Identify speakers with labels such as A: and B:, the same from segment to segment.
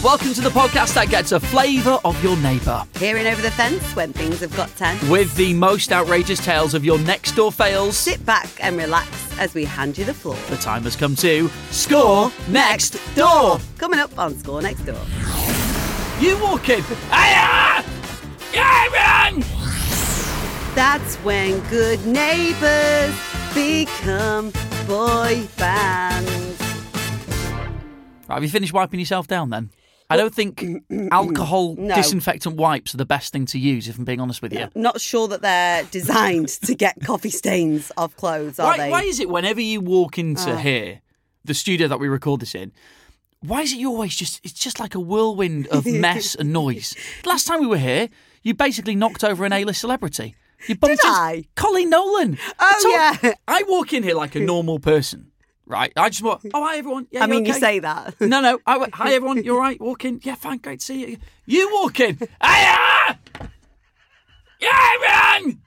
A: Welcome to the podcast that gets a flavour of your neighbour
B: Peering over the fence when things have got tense.
A: with the most outrageous tales of your next door fails.
B: Sit back and relax as we hand you the floor.
A: The time has come to score next door.
B: Coming up on Score Next Door.
A: You walk in. Hiya! Yeah, man!
B: That's when good neighbours become boy bands.
A: Right, have you finished wiping yourself down then? I don't think
B: Mm,
A: alcohol
B: No.
A: disinfectant wipes are the best thing to use, if I'm being honest with you.
B: Not sure that they're designed to get coffee stains off clothes, are
A: Why,
B: they? Ah.
A: why is it whenever you walk into here, the studio that we record this in, why is it you always just, it's just like a whirlwind of mess and noise? Last time we were here, you basically knocked over an A-list celebrity. You bumped
B: Did
A: into-
B: I?
A: Colleen Nolan.
B: Oh,
A: It's all-
B: yeah.
A: I walk in here like a normal person, right? I just want, oh, hi, everyone. Yeah,
B: I mean, you
A: okay?"
B: say that.
A: No, no. I went, Hi, everyone. You're right. Walk in. Yeah, fine. Great to see you. You walk in. Hiya! Yeah, everyone!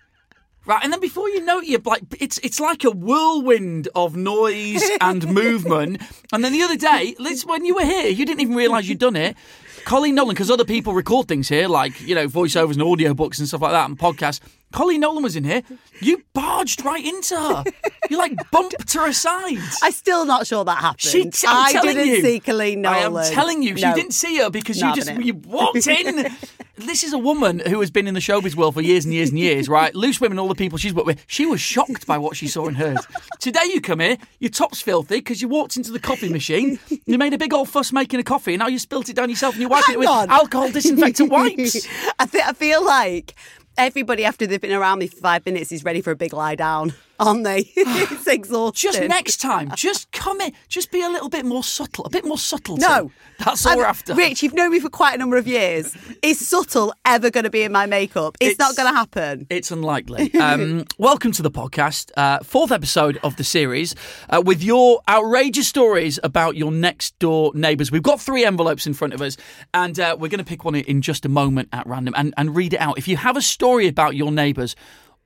A: Right, and then before you know it, you're like it's it's like a whirlwind of noise and movement. And then the other day, Liz, when you were here, you didn't even realise you'd done it. Colleen Nolan, because other people record things here, like you know voiceovers and audiobooks and stuff like that, and podcasts. Colleen Nolan was in here. You barged right into her. You like bumped her aside.
B: I'm still not sure that happened.
A: She, I'm
B: I
A: telling
B: didn't
A: you.
B: see Colleen Nolan.
A: I am telling you, she
B: No.
A: didn't see her because
B: No,
A: you
B: I
A: just
B: didn't.
A: you walked in. this is a woman who has been in the showbiz world for years and years and years, right? Loose women, all the people she's worked with. She was shocked by what she saw and heard. Today you come here, your top's filthy because you walked into the coffee machine, you made a big old fuss making a coffee, and now you spilt it down yourself and you're wiping
B: Hang
A: it with
B: on.
A: alcohol disinfectant wipes.
B: I, th- I feel like everybody after they've been around me for five minutes is ready for a big lie down, aren't they? it's exhausting.
A: Just next time, just come in, just be a little bit more subtle, a bit more subtlety.
B: No.
A: That's all
B: I'm-
A: we're after.
B: Rich, you've known me for quite a number of years. Is subtle ever going to be in my makeup? It's, not
A: It's-
B: going to happen.
A: It's unlikely. Um, welcome to the podcast, uh, fourth episode of the series, uh, with your outrageous stories about your next door neighbours. We've got three envelopes in front of us, and uh, we're going to pick one in just a moment at random and, and read it out. If you have a story about your neighbours,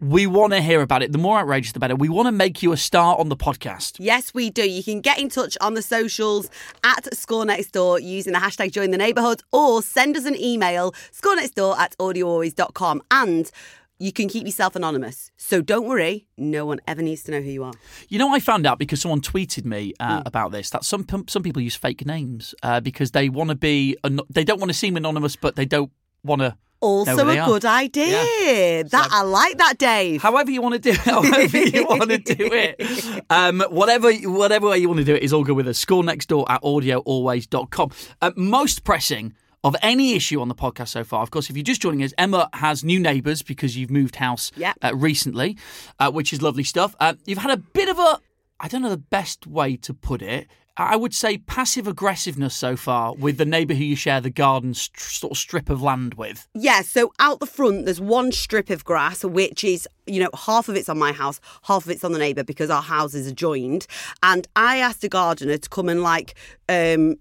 A: we want to hear about it. The more outrageous, the better. We want to make you a star on the podcast.
B: Yes, we do. You can get in touch on the socials at Score Next Door using the hashtag join the neighbourhood or send us an email, scorenextdoor at audioalways.com. And you can keep yourself anonymous. So don't worry, no one ever needs to know who you are.
A: You know, I found out because someone tweeted me uh, about this that some p- some people use fake names uh, because they want to be an- they don't want to seem anonymous, but they don't want to.
B: Also,
A: they
B: a
A: are.
B: good idea. That I like that, Dave.
A: However you want to do it, however you want to do it, um, whatever whatever way you want to do it is all good with us. Score next door at audioalways.com. Uh, most pressing of any issue on the podcast so far, of course, if you're just joining us, Emma has new neighbours because you've moved house
B: Yep.
A: uh, recently, uh, which is lovely stuff. Uh, you've had a bit of a, I don't know the best way to put it. I I would say passive aggressiveness so far with the neighbour who you share the garden st- sort of strip of land with.
B: Yeah, so out the front, there's one strip of grass, which is, you know, half of it's on my house, half of it's on the neighbour because our houses are joined. And I asked a gardener to come and, like, um,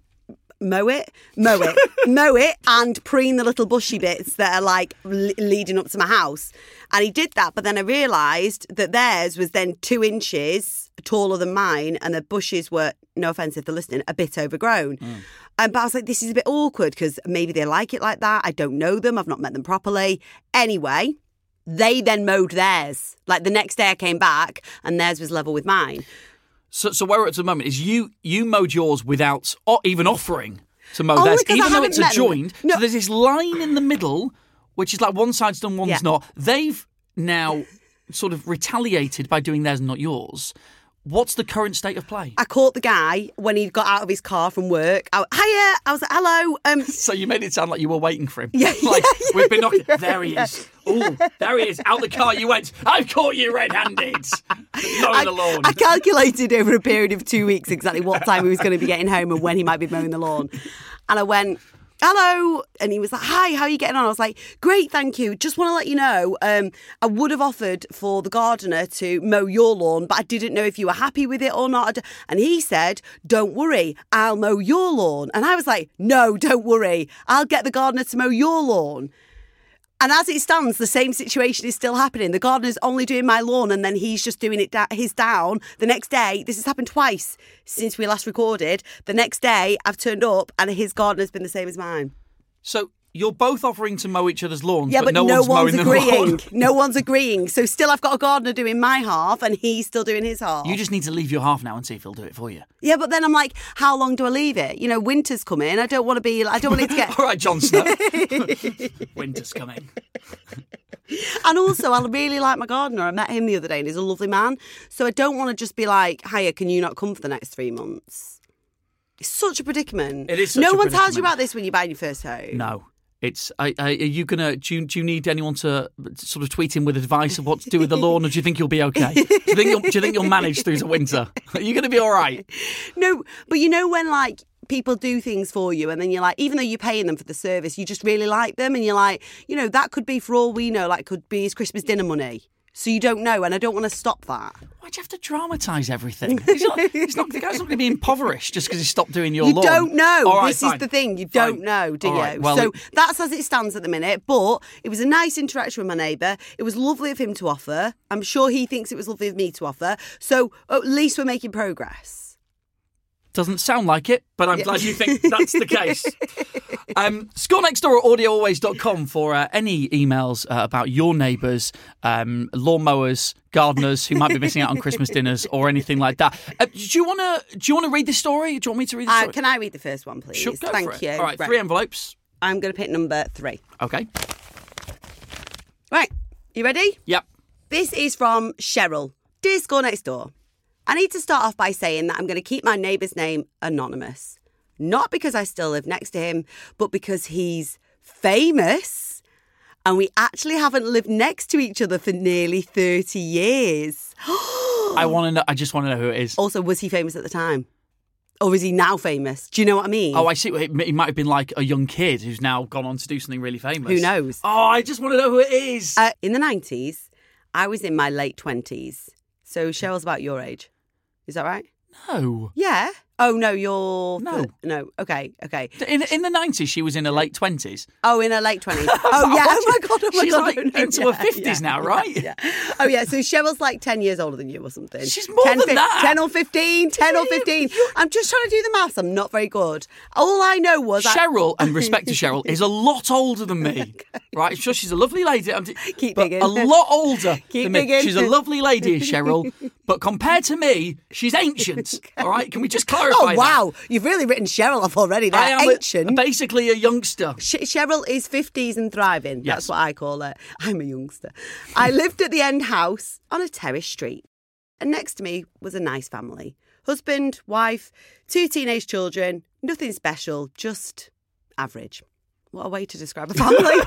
B: mow it, mow it, mow it, and preen the little bushy bits that are, like, le- leading up to my house. And he did that, but then I realised that theirs was then two inches taller than mine, and the bushes were, no offence if they're listening, a bit overgrown. Um, but I was like, this is a bit awkward because maybe they like it like that. I don't know them. I've not met them properly. Anyway, they then mowed theirs. Like the next day I came back and theirs was level with mine.
A: So, so where we're at the moment is you you mowed yours without o- even offering to mow
B: Only
A: theirs,
B: Oh, 'cause I
A: even though
B: haven't
A: it's
B: met them.
A: adjoined.
B: No.
A: So there's this line in the middle, which is like one side's done, one's
B: Yeah.
A: not. They've now sort of retaliated by doing theirs, and not yours. What's the current state of play?
B: I caught the guy when he got out of his car from work. I, Hiya. I was like, hello. Um,
A: so you made it sound like you were waiting for him.
B: Yeah,
A: like
B: yeah,
A: we've been knocking. there he is. Oh, there he is. Out the car you went. I've caught you red-handed. Mowing the
B: I,
A: lawn.
B: I calculated over a period of two weeks exactly what time he was going to be getting home and when he might be mowing the lawn. And I went, hello. And he was like, hi, how are you getting on? I was like, great, thank you. Just want to let you know, um, I would have offered for the gardener to mow your lawn, but I didn't know if you were happy with it or not. I d- And he said, don't worry, I'll mow your lawn. And I was like, no, don't worry, I'll get the gardener to mow your lawn. And as it stands, the same situation is still happening. The gardener's only doing my lawn, and then he's just doing it da- his down the next day. This has happened twice since we last recorded. The next day, I've turned up, and his gardener's been the same as mine.
A: So you're both offering to mow each other's lawns,
B: Yeah, but,
A: no,
B: no
A: one's, mowing
B: one's,
A: the lawn.
B: agreeing. No one's agreeing. So still, I've got a gardener doing my half, and he's still doing his half.
A: You just need to leave your half now and see if he'll do it for you.
B: yeah, but then I'm like, how long do I leave it? You know, winter's coming. I don't want to be. I don't want it to get.
A: All right, John Snow. Winter's coming.
B: And also, I really like my gardener. I met him the other day, and he's a lovely man. So I don't want to just be like, "Hiya, can you not come for the next three months?" It's such a predicament.
A: It is such
B: no
A: a
B: one tells you
A: predicament.
B: about this when you're buying your first home.
A: No. It's. I, I, are you gonna? Do you, do you need anyone to sort of tweet in with advice of what to do with the lawn, or do you think you'll be okay? Do you think you'll, do you think you'll manage through the winter? Are you gonna be all right?
B: No, but you know when like people do things for you and then you're like even though you're paying them for the service, you just really like them and you're like, you know, that could be for all we know, like could be his Christmas dinner money. So you don't know and I don't want to stop that.
A: Why do you have to dramatise everything? It's not. It's not. The guy's not gonna be impoverished just because he stopped doing your
B: You
A: lawn.
B: don't know.
A: All right,
B: this
A: fine.
B: is the thing. You
A: Fine.
B: don't know, do
A: All
B: you?
A: right, well,
B: so that's as it stands at the minute. But it was a nice interaction with my neighbour. It was lovely of him to offer. I'm sure he thinks it was lovely of me to offer. So at least we're making progress.
A: Doesn't sound like it, but I'm glad you think that's the case. um, score next door at audioalways.com for uh, any emails uh, about your neighbours, um, lawnmowers, gardeners who might be missing out on Christmas dinners or anything like that. Uh, do you want to do you want to read this story? Do you want me to read the
B: Uh,
A: story?
B: can I read the first one, please?
A: Sure, go
B: Thank
A: for it.
B: you.
A: All right,
B: Right.
A: three envelopes.
B: I'm going to pick number three.
A: Okay.
B: Right, you ready?
A: Yep.
B: This is from Cheryl. Dear Score Next Door, I need to start off by saying that I'm going to keep my neighbour's name anonymous. Not because I still live next to him, but because he's famous. And we actually haven't lived next to each other for nearly 30 years. Oh.
A: I want to know. I just want to know who it is.
B: Also, was he famous at the time? Or is he now famous? Do you know what I mean?
A: Oh, I see. He he might have been like a young kid who's now gone on to do something really famous.
B: Who knows?
A: Oh, I just want to know who it is.
B: Uh, in the 90s, I was in my late 20s. So Cheryl's about your age. Is that right?
A: no.
B: Yeah. Oh no, you're
A: No.
B: th- no. Okay, okay.
A: In, in the 90s, she was in her late 20s.
B: Oh, in her late twenties. oh yeah. Oh my god. Oh my
A: She's
B: god.
A: like
B: oh, no.
A: into her 50s now, right?
B: Yeah. Oh yeah. So Cheryl's like ten years older than you or something.
A: She's more than
B: fif-
A: that.
B: Ten or fifteen. Ten or fifteen. I'm just trying to do the maths. I'm not very good. All I know was I
A: Cheryl, and respect to Cheryl, is a lot older than me. Right? I'm sure she's a lovely lady. I'm t-
B: Keep
A: but
B: digging.
A: A lot older
B: Keep
A: than me.
B: digging.
A: She's a lovely lady, Cheryl. But compared to me, she's ancient. All right? Can we just clarify
B: Oh
A: that?
B: wow, you've really written Cheryl off already.
A: I
B: There,
A: am a-
B: ancient.
A: basically a youngster.
B: Sh- Cheryl is 50s and
A: Yes.
B: thriving. That's what I call her. I'm a youngster. I lived at the end house on a terrace street. And next to me was a nice family husband, wife, two teenage children, nothing special, just average. What a way to describe a family.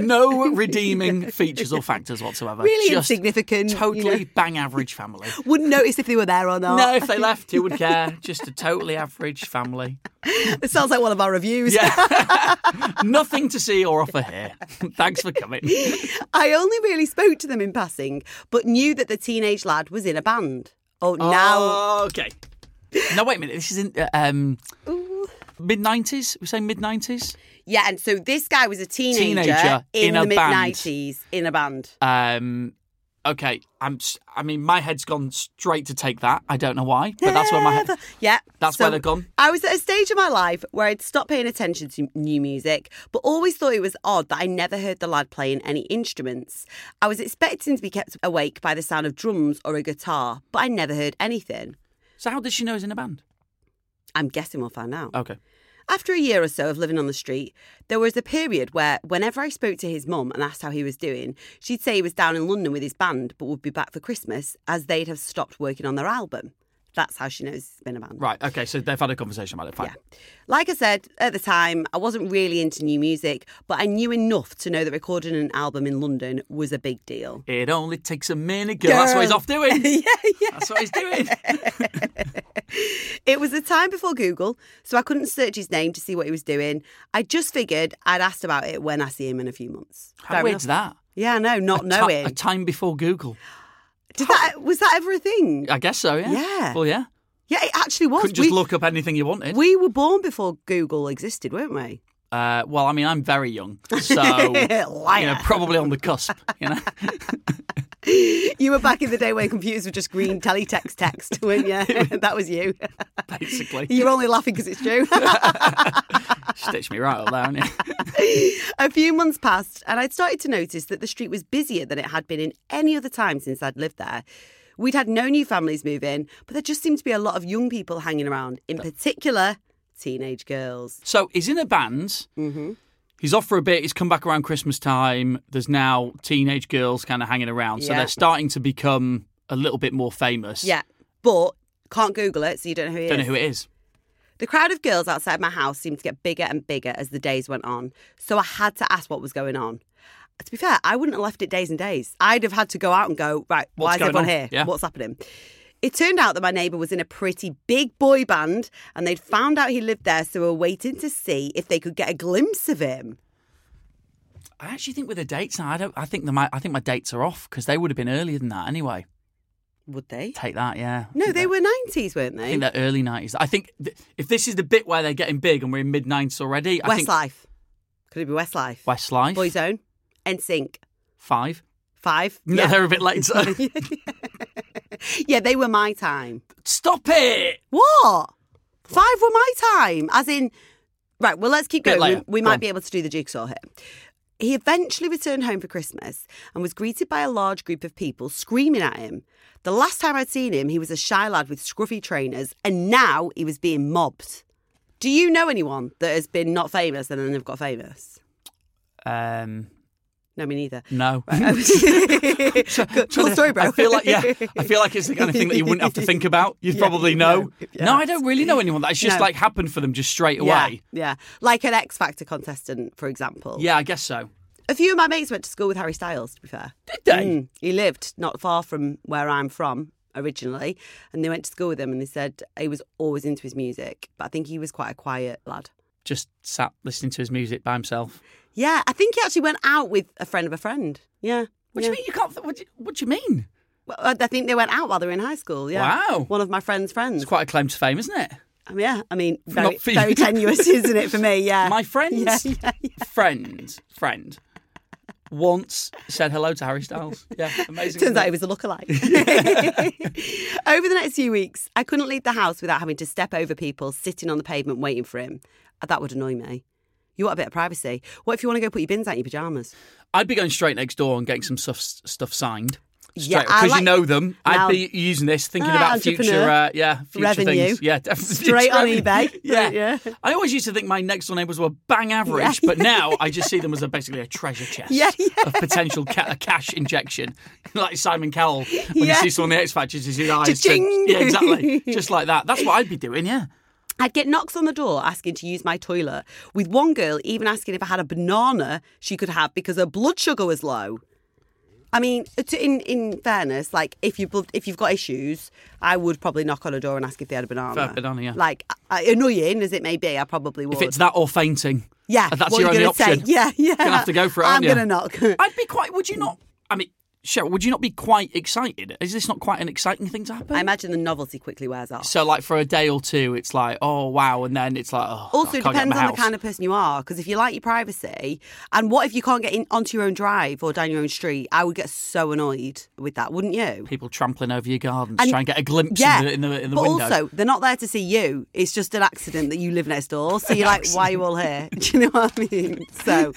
A: No redeeming features or factors whatsoever.
B: really
A: Just
B: insignificant. you know.
A: Totally bang average family.
B: Wouldn't notice if they were there or not.
A: No, if they left, who would care? Just a totally average family.
B: It sounds like one of our reviews.
A: Yeah. Nothing to see or offer here. Thanks for coming.
B: I only really spoke to them in passing, but knew that the teenage lad was in a band. Oh, now
A: okay. Now wait a minute. This is in uh, um, mid nineties. We say mid nineties.
B: Yeah, and so this guy was a teenager,
A: Teenager in
B: in,
A: a
B: the mid
A: band.
B: nineties in a band.
A: Um, okay. I'm. s- I mean, my head's gone straight to take that. I don't know why, but that's where my head.
B: Yeah,
A: That's where they're gone.
B: I was at a stage of my life where I'd stopped paying attention to new music, but always thought it was odd that I never heard the lad playing any instruments. I was expecting to be kept awake by the sound of drums or a guitar, but I never heard anything.
A: So how does she know he's in a band?
B: I'm guessing we'll find out.
A: Okay.
B: After a year or so of living on the street, there was a period where whenever I spoke to his mum and asked how he was doing, she'd say he was down in London with his band but would be back for Christmas as they'd have stopped working on their album. That's how she knows it's been a band.
A: Right. Okay. So they've had a conversation about it. Fine.
B: Like I said, at the time, I wasn't really into new music, but I knew enough to know that recording an album in London was a big deal.
A: It only takes a minute, girl. That's what he's
B: Girl.
A: off doing.
B: yeah, yeah.
A: That's what he's doing.
B: It was the time before Google, so I couldn't search his name to see what he was doing. I just figured I'd asked about it when I see him in a few months.
A: How
B: Fair
A: weird's
B: enough.
A: that?
B: Yeah, no, not
A: Ti-
B: knowing.
A: a time before Google.
B: Did that was that ever a thing?
A: I guess so. Yeah.
B: Yeah.
A: Well, yeah.
B: Yeah, it actually was.
A: Couldn't just
B: we,
A: look up anything you wanted.
B: we were born before Google existed, weren't we?
A: Uh, well, I mean, I'm very young, so you know,
B: Liar.
A: probably on the cusp. You know,
B: You were back in the day when computers were just green teletext text, weren't you? that was you.
A: basically,
B: You're only laughing because it's true.
A: stitch me right up there. haven't you?
B: a few months passed, and I'd started to notice that the street was busier than it had been in any other time since I'd lived there. We'd had no new families move in, but there just seemed to be a lot of young people hanging around, in particular, teenage girls.
A: So he's in a band.
B: Mm-hmm.
A: He's off for a bit. He's come back around Christmas time. There's now teenage girls kind of hanging around, so
B: Yeah.
A: they're starting to become a little bit more famous.
B: Yeah, but can't Google it, so you don't know who he
A: don't know
B: is.
A: who it is.
B: The crowd of girls outside my house seemed to get bigger and bigger as the days went on, so I had to ask what was going on. To be fair, I wouldn't have left it days and days. I'd have had to go out and go, right, why
A: What's
B: is
A: going
B: everyone
A: on?
B: here?
A: Yeah.
B: What's happening? It turned out that my neighbour was in a pretty big boy band and they'd found out he lived there, so were waiting to see if they could get a glimpse of him.
A: I actually think with the dates now, I don't. I think the my I think my dates are off because they would have been earlier than that anyway.
B: Would they?
A: Take that, yeah.
B: No, they were 90s, weren't
A: I think
B: they?
A: they're early nineties. I think th- if this is the bit where they're getting big and we're in mid nineties already, I think
B: Westlife. Could it be Westlife?
A: Westlife
B: Boyzone? NSYNC?
A: five.
B: Five?
A: No,
B: yeah.
A: they're a bit later.
B: yeah, they were my time.
A: Stop it!
B: What? Five were my time. As in, right, well, let's keep
A: Bit
B: going.
A: later.
B: We, we
A: Go
B: might
A: on.
B: be able to do the jigsaw here. He eventually returned home for Christmas and was greeted by a large group of people screaming at him. The last time I'd seen him, he was a shy lad with scruffy trainers, and now he was being mobbed. Do you know anyone that has been not famous and then they've got famous?
A: Um,
B: No, me neither.
A: no.
B: Good, cool story, bro.
A: I feel like yeah, I feel like it's the kind of thing that you wouldn't have to think about. You'd probably know.
B: no, yeah.
A: No, I don't really know anyone. That's just
B: No.
A: like happened for them just straight
B: yeah,
A: away.
B: yeah, like an X Factor contestant, for example.
A: Yeah, I guess so.
B: A few of my mates went to school with Harry Styles, to be fair.
A: Did they?
B: Mm. He lived not far from where I'm from originally, and they went to school with him and they said he was always into his music, but I think he was quite a quiet lad.
A: Just sat listening to his music by himself.
B: Yeah, I think he actually went out with a friend of a friend. Yeah.
A: What
B: yeah.
A: do you mean you can't? What do you, what do you mean?
B: Well, I think they went out while they were in high school. Yeah.
A: Wow.
B: One of my friend's friends.
A: It's quite a claim to fame, isn't it?
B: Um, yeah, I mean, very,
A: for you.
B: very tenuous, isn't it, for me? Yeah.
A: My friend,
B: Yeah, yeah,
A: friend, friend, once said hello to Harry Styles. Yeah, amazing.
B: Turns
A: isn't
B: out
A: it?
B: it was a lookalike. over the next few weeks, I couldn't leave the house without having to step over people sitting on the pavement waiting for him. Uh, That would annoy me. You want a bit of privacy? What if you want to go put your bins out in your pajamas?
A: I'd be going straight next door and getting some stuff stuff signed. Straight
B: Yeah, I
A: because
B: like-
A: you know them.
B: Now-
A: I'd be using this, thinking
B: Ah,
A: about
B: entrepreneur.
A: future, uh, yeah, future
B: Revenue.
A: things. Yeah, definitely.
B: Straight on
A: Revenue.
B: eBay.
A: Yeah.
B: Yeah.
A: I always used to think my next door neighbours were bang average, but now I just see them as a, basically a treasure chest
B: Yeah, yeah.
A: of potential ca- a cash injection, like Simon Cowell when
B: Yeah.
A: you see someone in the X Factors, his eyes. turn-
B: Cha-ching.
A: yeah, exactly. Just like that. That's what I'd be doing. Yeah.
B: I'd get knocks on the door asking to use my toilet, with one girl even asking if I had a banana she could have because her blood sugar was low. I mean, uh, to, in in fairness, like if you if you've got issues, I would probably knock on a door and ask if they had a banana.
A: Fair banana, yeah.
B: Like I- annoying as it may be, I probably would.
A: If it's that or fainting.
B: yeah,
A: That's
B: what
A: your
B: are you
A: only
B: gonna
A: option.
B: Say? Yeah, yeah.
A: Gonna have to go for it,
B: I'm
A: aren't you?
B: gonna knock.
A: I'd be quite. Would you not? I mean, Cheryl, would you not be quite excited? Is this not quite an exciting thing to happen?
B: I imagine the novelty quickly wears off.
A: so, like for a day or two, it's like, oh wow, and then it's like, oh,
B: Also,
A: I
B: it
A: can't get in
B: depends
A: my
B: on
A: house.
B: the kind of person you are. Because if you like your privacy, and what if you can't get in onto your own drive or down your own street? I would get so annoyed with that, wouldn't you?
A: people trampling over your garden to try and get a glimpse
B: Yeah,
A: in the, in the, in the
B: but
A: window.
B: also they're not there to see you. It's just an accident that you live next door. So you're like, why are you all here? Do you know what I mean? So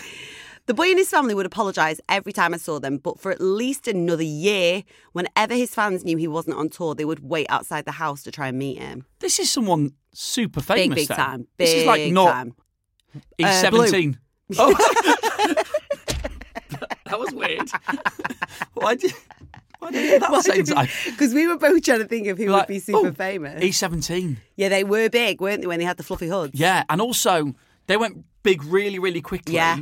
B: the boy and his family would apologise every time I saw them, but for at least another year, whenever his fans knew he wasn't on tour, they would wait outside the house to try and meet him.
A: this is someone super famous.
B: Big, big
A: then.
B: time. Big
A: This is like not.
B: time.
A: He's
B: Uh, Blue.
A: seventeen. Oh. that was weird. why did? Why did you do that at the same time?
B: Because we were both trying to think of who
A: Like,
B: would be super
A: oh,
B: famous.
A: He's seventeen.
B: Yeah, they were big, weren't they, when they had the fluffy hoods?
A: Yeah, and also they went big really, really quickly.
B: Yeah.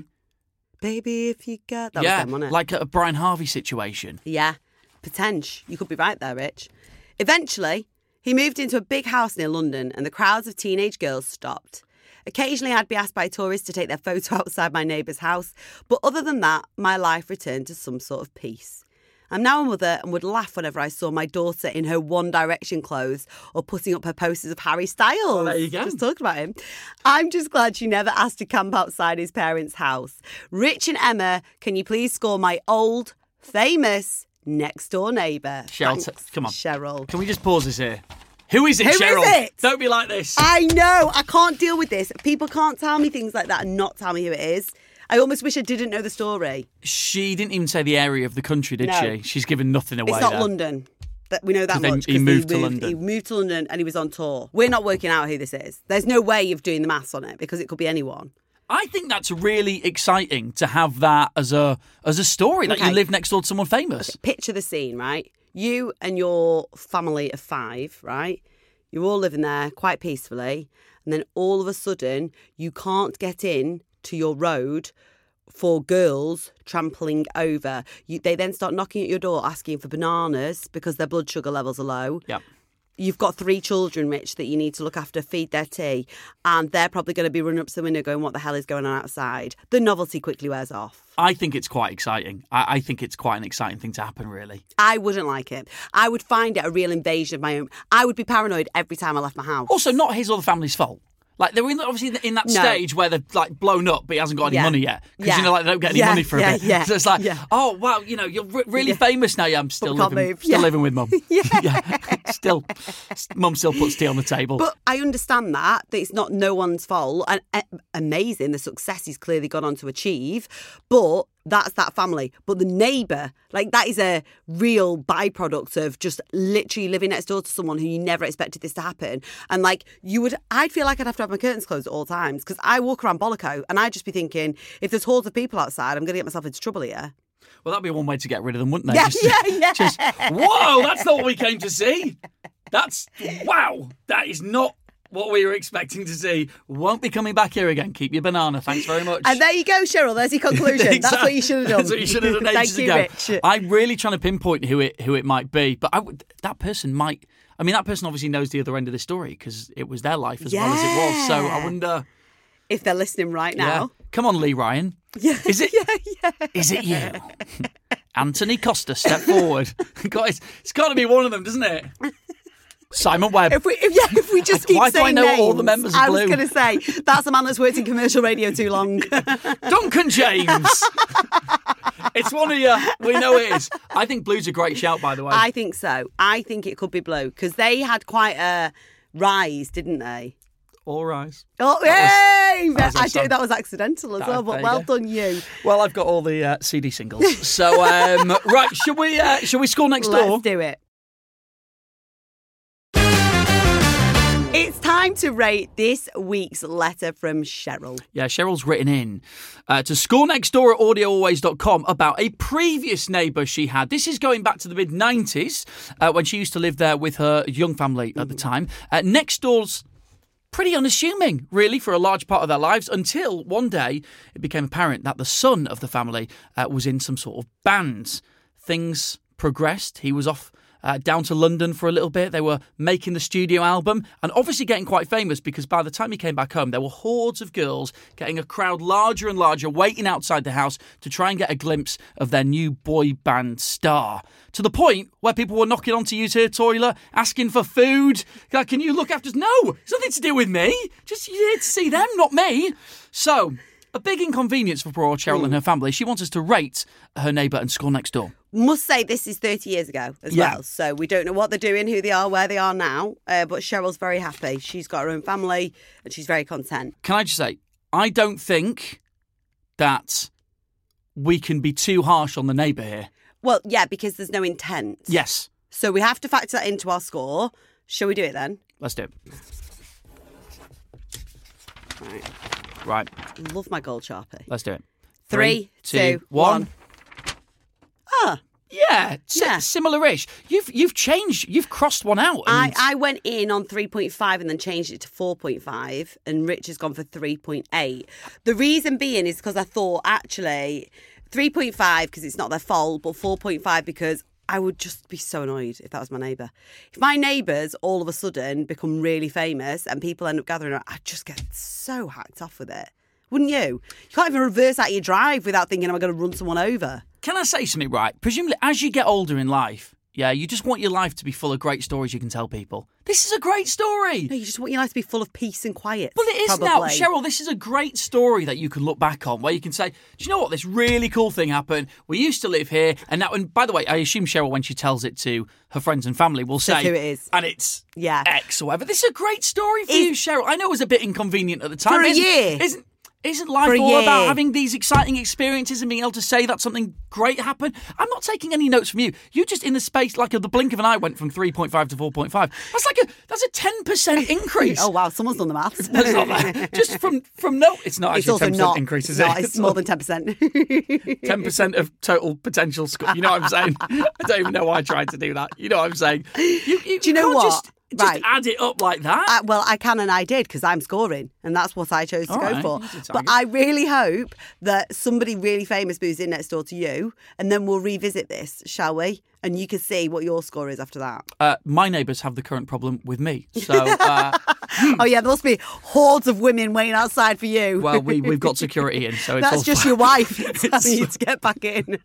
B: Baby, if you got that
A: yeah,
B: was them, wasn't it?
A: like a Brian Harvey situation.
B: yeah, potential. You could be right there, Rich. Eventually, he moved into a big house near London, and the crowds of teenage girls stopped. Occasionally, I'd be asked by tourists to take their photo outside my neighbour's house, but other than that, my life returned to some sort of peace. I'm now a mother and would laugh whenever I saw my daughter in her One Direction clothes or putting up her posters of Harry Styles.
A: there you go.
B: Just talking about him. I'm just glad she never asked to camp outside his parents' house. Rich and Emma, can you please score my old, famous next door neighbour?
A: Cheryl,
B: Thanks,
A: come on.
B: Cheryl.
A: Can we just pause this here? Who is it,
B: Who is
A: Cheryl?
B: it?
A: Don't be like this.
B: I know. I can't deal with this. People can't tell me things like that and not tell me who it is. I almost wish I didn't know the story.
A: she didn't even say the area of the country, did
B: No.
A: she? She's given nothing away.
B: It's not
A: there.
B: London. That we know that
A: 'Cause then
B: much.
A: he
B: 'cause
A: moved to London.
B: He moved to London and he was on tour. We're not working out who this is. There's no way of doing the maths on it because it could be anyone.
A: I think that's really exciting to have that as a as a story that
B: Okay.
A: you live next door to someone famous.
B: Picture the scene, right? You and your family of five, right? You're all living there quite peacefully, and then all of a sudden you can't get in to your road for girls trampling over. You, they then start knocking at your door asking for bananas because their blood sugar levels are low.
A: Yeah.
B: you've got three children, Rich, that you need to look after, feed their tea, and they're probably going to be running up to the window going, What the hell is going on outside? The novelty quickly wears off.
A: I think it's quite exciting. I, I think it's quite an exciting thing to happen, really.
B: I wouldn't like it. I would find it a real invasion of my own. I would be paranoid every time I left my house.
A: Also, not his or the family's fault. Like they're in, obviously in- in that
B: No.
A: stage where they've like blown up, but he hasn't got any
B: Yeah.
A: money yet because
B: Yeah.
A: you know like they don't get any
B: Yeah,
A: money for
B: yeah,
A: a bit.
B: yeah,
A: So it's like,
B: yeah.
A: oh wow, you know you're re- really famous now. Yeah, I'm still
B: we can't
A: living,
B: move.
A: still
B: Yeah.
A: living with mum. yeah. still, s- mum still puts tea on the table.
B: But I understand that, that it's not no one's fault and eh, amazing the success he's clearly gone on to achieve. But that's that family. But the neighbour, like that is a real byproduct of just literally living next door to someone who you never expected this to happen. And like you would, I'd feel like I'd have to have my curtains closed at all times because I walk around Bolico and I'd just be thinking, if there's hordes of people outside, I'm going to get myself into trouble here.
A: Well, that'd be one way to get rid of them, wouldn't they?
B: Yeah,
A: Just-
B: yeah, yeah.
A: just, whoa, that's not what we came to see. That's wow, that is not what we were expecting to see. Won't be coming back here again. Keep your banana. Thanks very much.
B: And there you go, Cheryl. There's your conclusion. That's what you should have done.
A: That's what you should have done
B: Thank
A: ages
B: you,
A: ago.
B: Rich.
A: I'm really trying to pinpoint who it who it might be, but I would, that person might. I mean, that person obviously knows the other end of the story because it was their life as well as it was. So I
B: Yeah.
A: wonder.
B: if they're listening right
A: Yeah.
B: now.
A: Come on, Lee Ryan.
B: Yeah.
A: Is it?
B: Yeah, yeah.
A: Is it you? Anthony Costa, step forward. God, it's, it's got to be one of them, doesn't it? Simon Webb.
B: If we, if, yeah, if we just keep
A: Why do I
B: saying
A: know all
B: names,
A: the members of
B: I was
A: Blue?
B: going to say that's a man that's worked in commercial radio too long.
A: Duncan James. it's one of you. We know it is. I think Blue's a great shout, by the way.
B: I think so. I think it could be blue because they had quite a rise, didn't they?
A: All rise.
B: Oh, yay!
A: was
B: I
A: us
B: do.
A: done.
B: That was accidental as
A: That-
B: well,
A: there
B: but
A: you
B: well
A: go.
B: done, you.
A: Well, I've got all the uh, CD singles. So, um, right, should we uh, should we score next door?
B: Let's do it. It's time to rate this week's letter from Cheryl.
A: Yeah, Cheryl's written in uh, to score next door at audioalways.com about a previous neighbour she had. This is going back to the mid 90s uh, when she used to live there with her young family at the time. Uh, next door's pretty unassuming, really, for a large part of their lives until one day it became apparent that the son of the family uh, was in some sort of band. Things progressed. He was off. Uh, down to London for a little bit. They were making the studio album and obviously getting quite famous because by the time he came back home, there were hordes of girls getting a crowd larger and larger waiting outside the house to try and get a glimpse of their new boy band star. To the point where people were knocking onto you here, toilet, asking for food. Like, Can you look after us? No, it's nothing to do with me. Just you here to see them, not me. So, a big inconvenience for poor old Cheryl and her family. She wants us to rate her neighbour and score next door.
B: must say this is 30 years ago as
A: Yeah.
B: well so we don't know what they're doing who they are where they are now uh, but cheryl's very happy she's got her own family and she's very content
A: can I just say, I don't think that we can be too harsh on the neighbour here.
B: well yeah because there's no intent
A: Yes,
B: so we have to factor that into our score shall we do it then
A: let's do it.
B: right
A: Right,
B: love my gold sharpie
A: let's do it.
B: Three,
A: two,
B: two,
A: one.
B: one. ah
A: Yeah, s-
B: Yeah.
A: similar-ish. You've you've changed. You've crossed one out.
B: I,
A: and-
B: I went in on 3.5 and then changed it to 4.5, and Rich has gone for 3.8. The reason being is because I thought actually 3.5 because it's not their fault, but 4.5 because I would just be so annoyed if that was my neighbour. If my neighbours all of a sudden become really famous and people end up gathering around, I just get so hacked off with it. Wouldn't you? You can't even reverse out your drive without thinking, am I going to run someone over?
A: Can I say something right? Presumably, as you get older in life, yeah, you just want your life to be full of great stories you can tell people. This is a great story.
B: No, you just want your life to be full of peace and quiet.
A: Well, it is
B: probably.
A: now, Cheryl. This is a great story that you can look back on, where you can say, "Do you know what? This really cool thing happened. We used to live here, and now." And by the way, I assume Cheryl, when she tells it to her friends and family, will say,
B: who it is.
A: and it's
B: Yeah.
A: X or whatever." This is a great story for you, Cheryl. I know it was a bit inconvenient at the time.
B: For a
A: isn't-
B: year.
A: isn't isn't life
B: For a
A: all about
B: year.
A: having these exciting experiences and being able to say that something great happened? I'm not taking any notes from you. You just in the space like of the blink of an eye went from 3.5 to 4.5. That's like a that's a 10% increase.
B: Oh wow, someone's done the maths.
A: That's not that. Just from from no, it's not
B: it's
A: actually
B: also
A: ten
B: not
A: percent increase, is
B: no,
A: it?
B: It's more than ten percent.
A: ten percent of total potential score. You know what I'm saying? I don't even know why I tried to do that. You know what I'm saying? You, you,
B: Do you know
A: can't
B: what?
A: Just, just
B: Right. Uh,
A: add it up like that.
B: I, well, I can and I did because I'm scoring, and that's what I chose to
A: All
B: go
A: right,
B: for.
A: that's a
B: But
A: target.
B: I really hope that somebody really famous moves in next door to you, and then we'll revisit this, shall we? And you can see what your score is after that.
A: uh, my neighbours have the current problem with me, so uh,
B: oh yeah, there must be hordes of women waiting outside for you.
A: well, we we've got security in, so it's all
B: that's just
A: fine.
B: your wife telling you to get back in.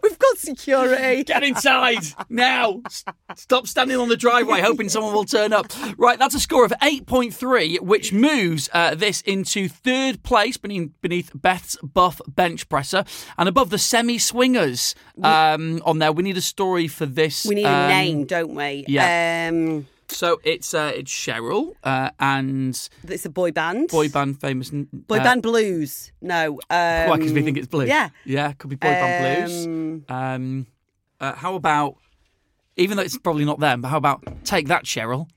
B: We've got security.
A: Get inside now. S- Stop standing on the driveway hoping someone will turn up. Right, that's a score of 8.3, which moves uh, this into third place beneath, beneath Beth's Buff Bench Presser and above the semi swingers um, on there. We need a story for this.
B: We need
A: um,
B: a name, don't we?
A: yeah.
B: Um,
A: So it's uh, it's Cheryl uh, and
B: it's a boy band.
A: boy band famous. n-
B: Boy
A: uh,
B: band blues. No. Um,
A: Why? Because we think it's blues.
B: yeah.
A: Yeah, could be boy band blues. Um, uh, how about, even though it's probably not them, but how about Take That, Cheryl?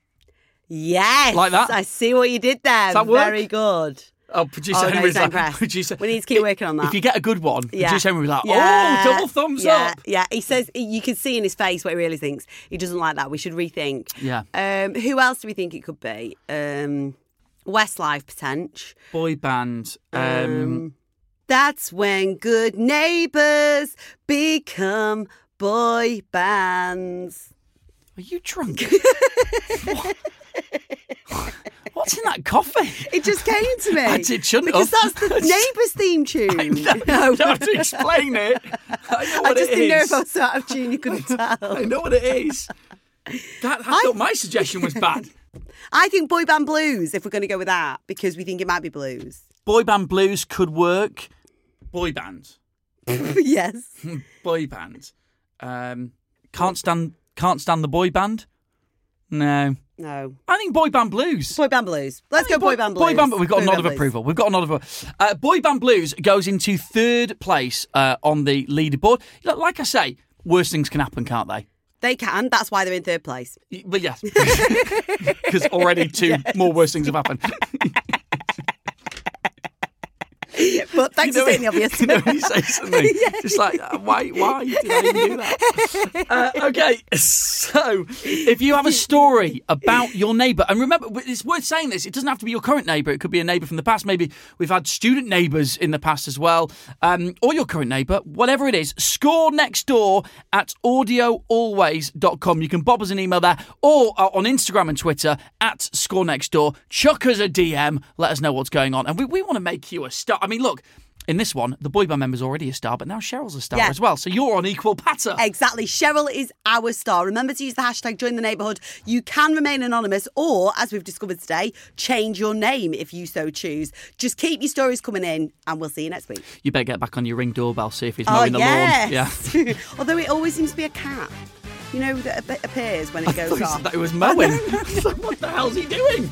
B: Yes.
A: Like that?
B: I see what you did there.
A: that work?
B: Very good.
A: Oh, producer
B: Oh, no,
A: Henry's
B: he's
A: like,
B: impressed.
A: producer.
B: We need to keep working on that.
A: If you get a good one,
B: Yeah.
A: producer Henry's like,
B: Yeah.
A: oh, double thumbs
B: yeah.
A: up.
B: Yeah. He says you can see in his face what he really thinks. He doesn't like that. We should rethink.
A: Yeah.
B: Um, who else do we think it could be? Um, Westlife potential.
A: Boy band. Um,
B: That's when good neighbours become boy bands.
A: are you drunk? What? What's in that coffee?
B: It just came to me.
A: That's- it shouldn't
B: because
A: have.
B: that's the neighbours theme tune.
A: I don't have to explain it. I know
B: I
A: what
B: just
A: it
B: didn't know
A: is.
B: if I was out of tune. You couldn't
A: I
B: tell.
A: know what it is. That, I thought my suggestion was bad.
B: I think boy band blues. If we're going to go with that, because we think it might be blues.
A: Boy band blues could work. Boy band.
B: yes.
A: boy band. Um, can't stand can't stand the boy band. No,
B: No.
A: I think boy band blues.
B: Boy band blues. Let's go boy, band blues.
A: Boy band, we've got a
B: Boy
A: nod
B: band
A: of
B: blues.
A: approval. We've got a nod of approval. Uh, boy band blues goes into third place uh, on the leaderboard. Look, Like I say, worse things can happen, can't they?
B: They can. That's why they're in third place.
A: Y- But yes, because already two more worse things have happened.
B: But thanks
A: You know,
B: for stating the obvious.
A: you know, when you say something, just like uh, why, why did I even do that? Uh, okay, so if you have a story about your neighbour, and remember, it's worth saying this: it doesn't have to be your current neighbour; it could be a neighbour from the past. Maybe we've had student neighbours in the past as well, um, or your current neighbour, whatever it is. Score next door at audioalways.com. You can bob us an email there, or uh, on Instagram and Twitter at Score Next Door. Chuck us a DM. Let us know what's going on, and we, we want to make you a star. I mean, look. In this one, the boy band member's already a star, but now Cheryl's a star
B: Yeah.
A: as well. So you're on equal patter.
B: Exactly. Cheryl is our star. Remember to use the hashtag join the neighbourhood. You can remain anonymous or, as we've discovered today, change your name if you so choose. Just keep your stories coming in and we'll see you next week.
A: You better get back on your ring doorbell, see if he's mowing the lawn. Yeah.
B: Oh, yes. Although it always seems to be a cat, you know, that ap- appears when it
A: I
B: goes
A: thought he
B: off.
A: said that it was mowing. what the hell's he doing?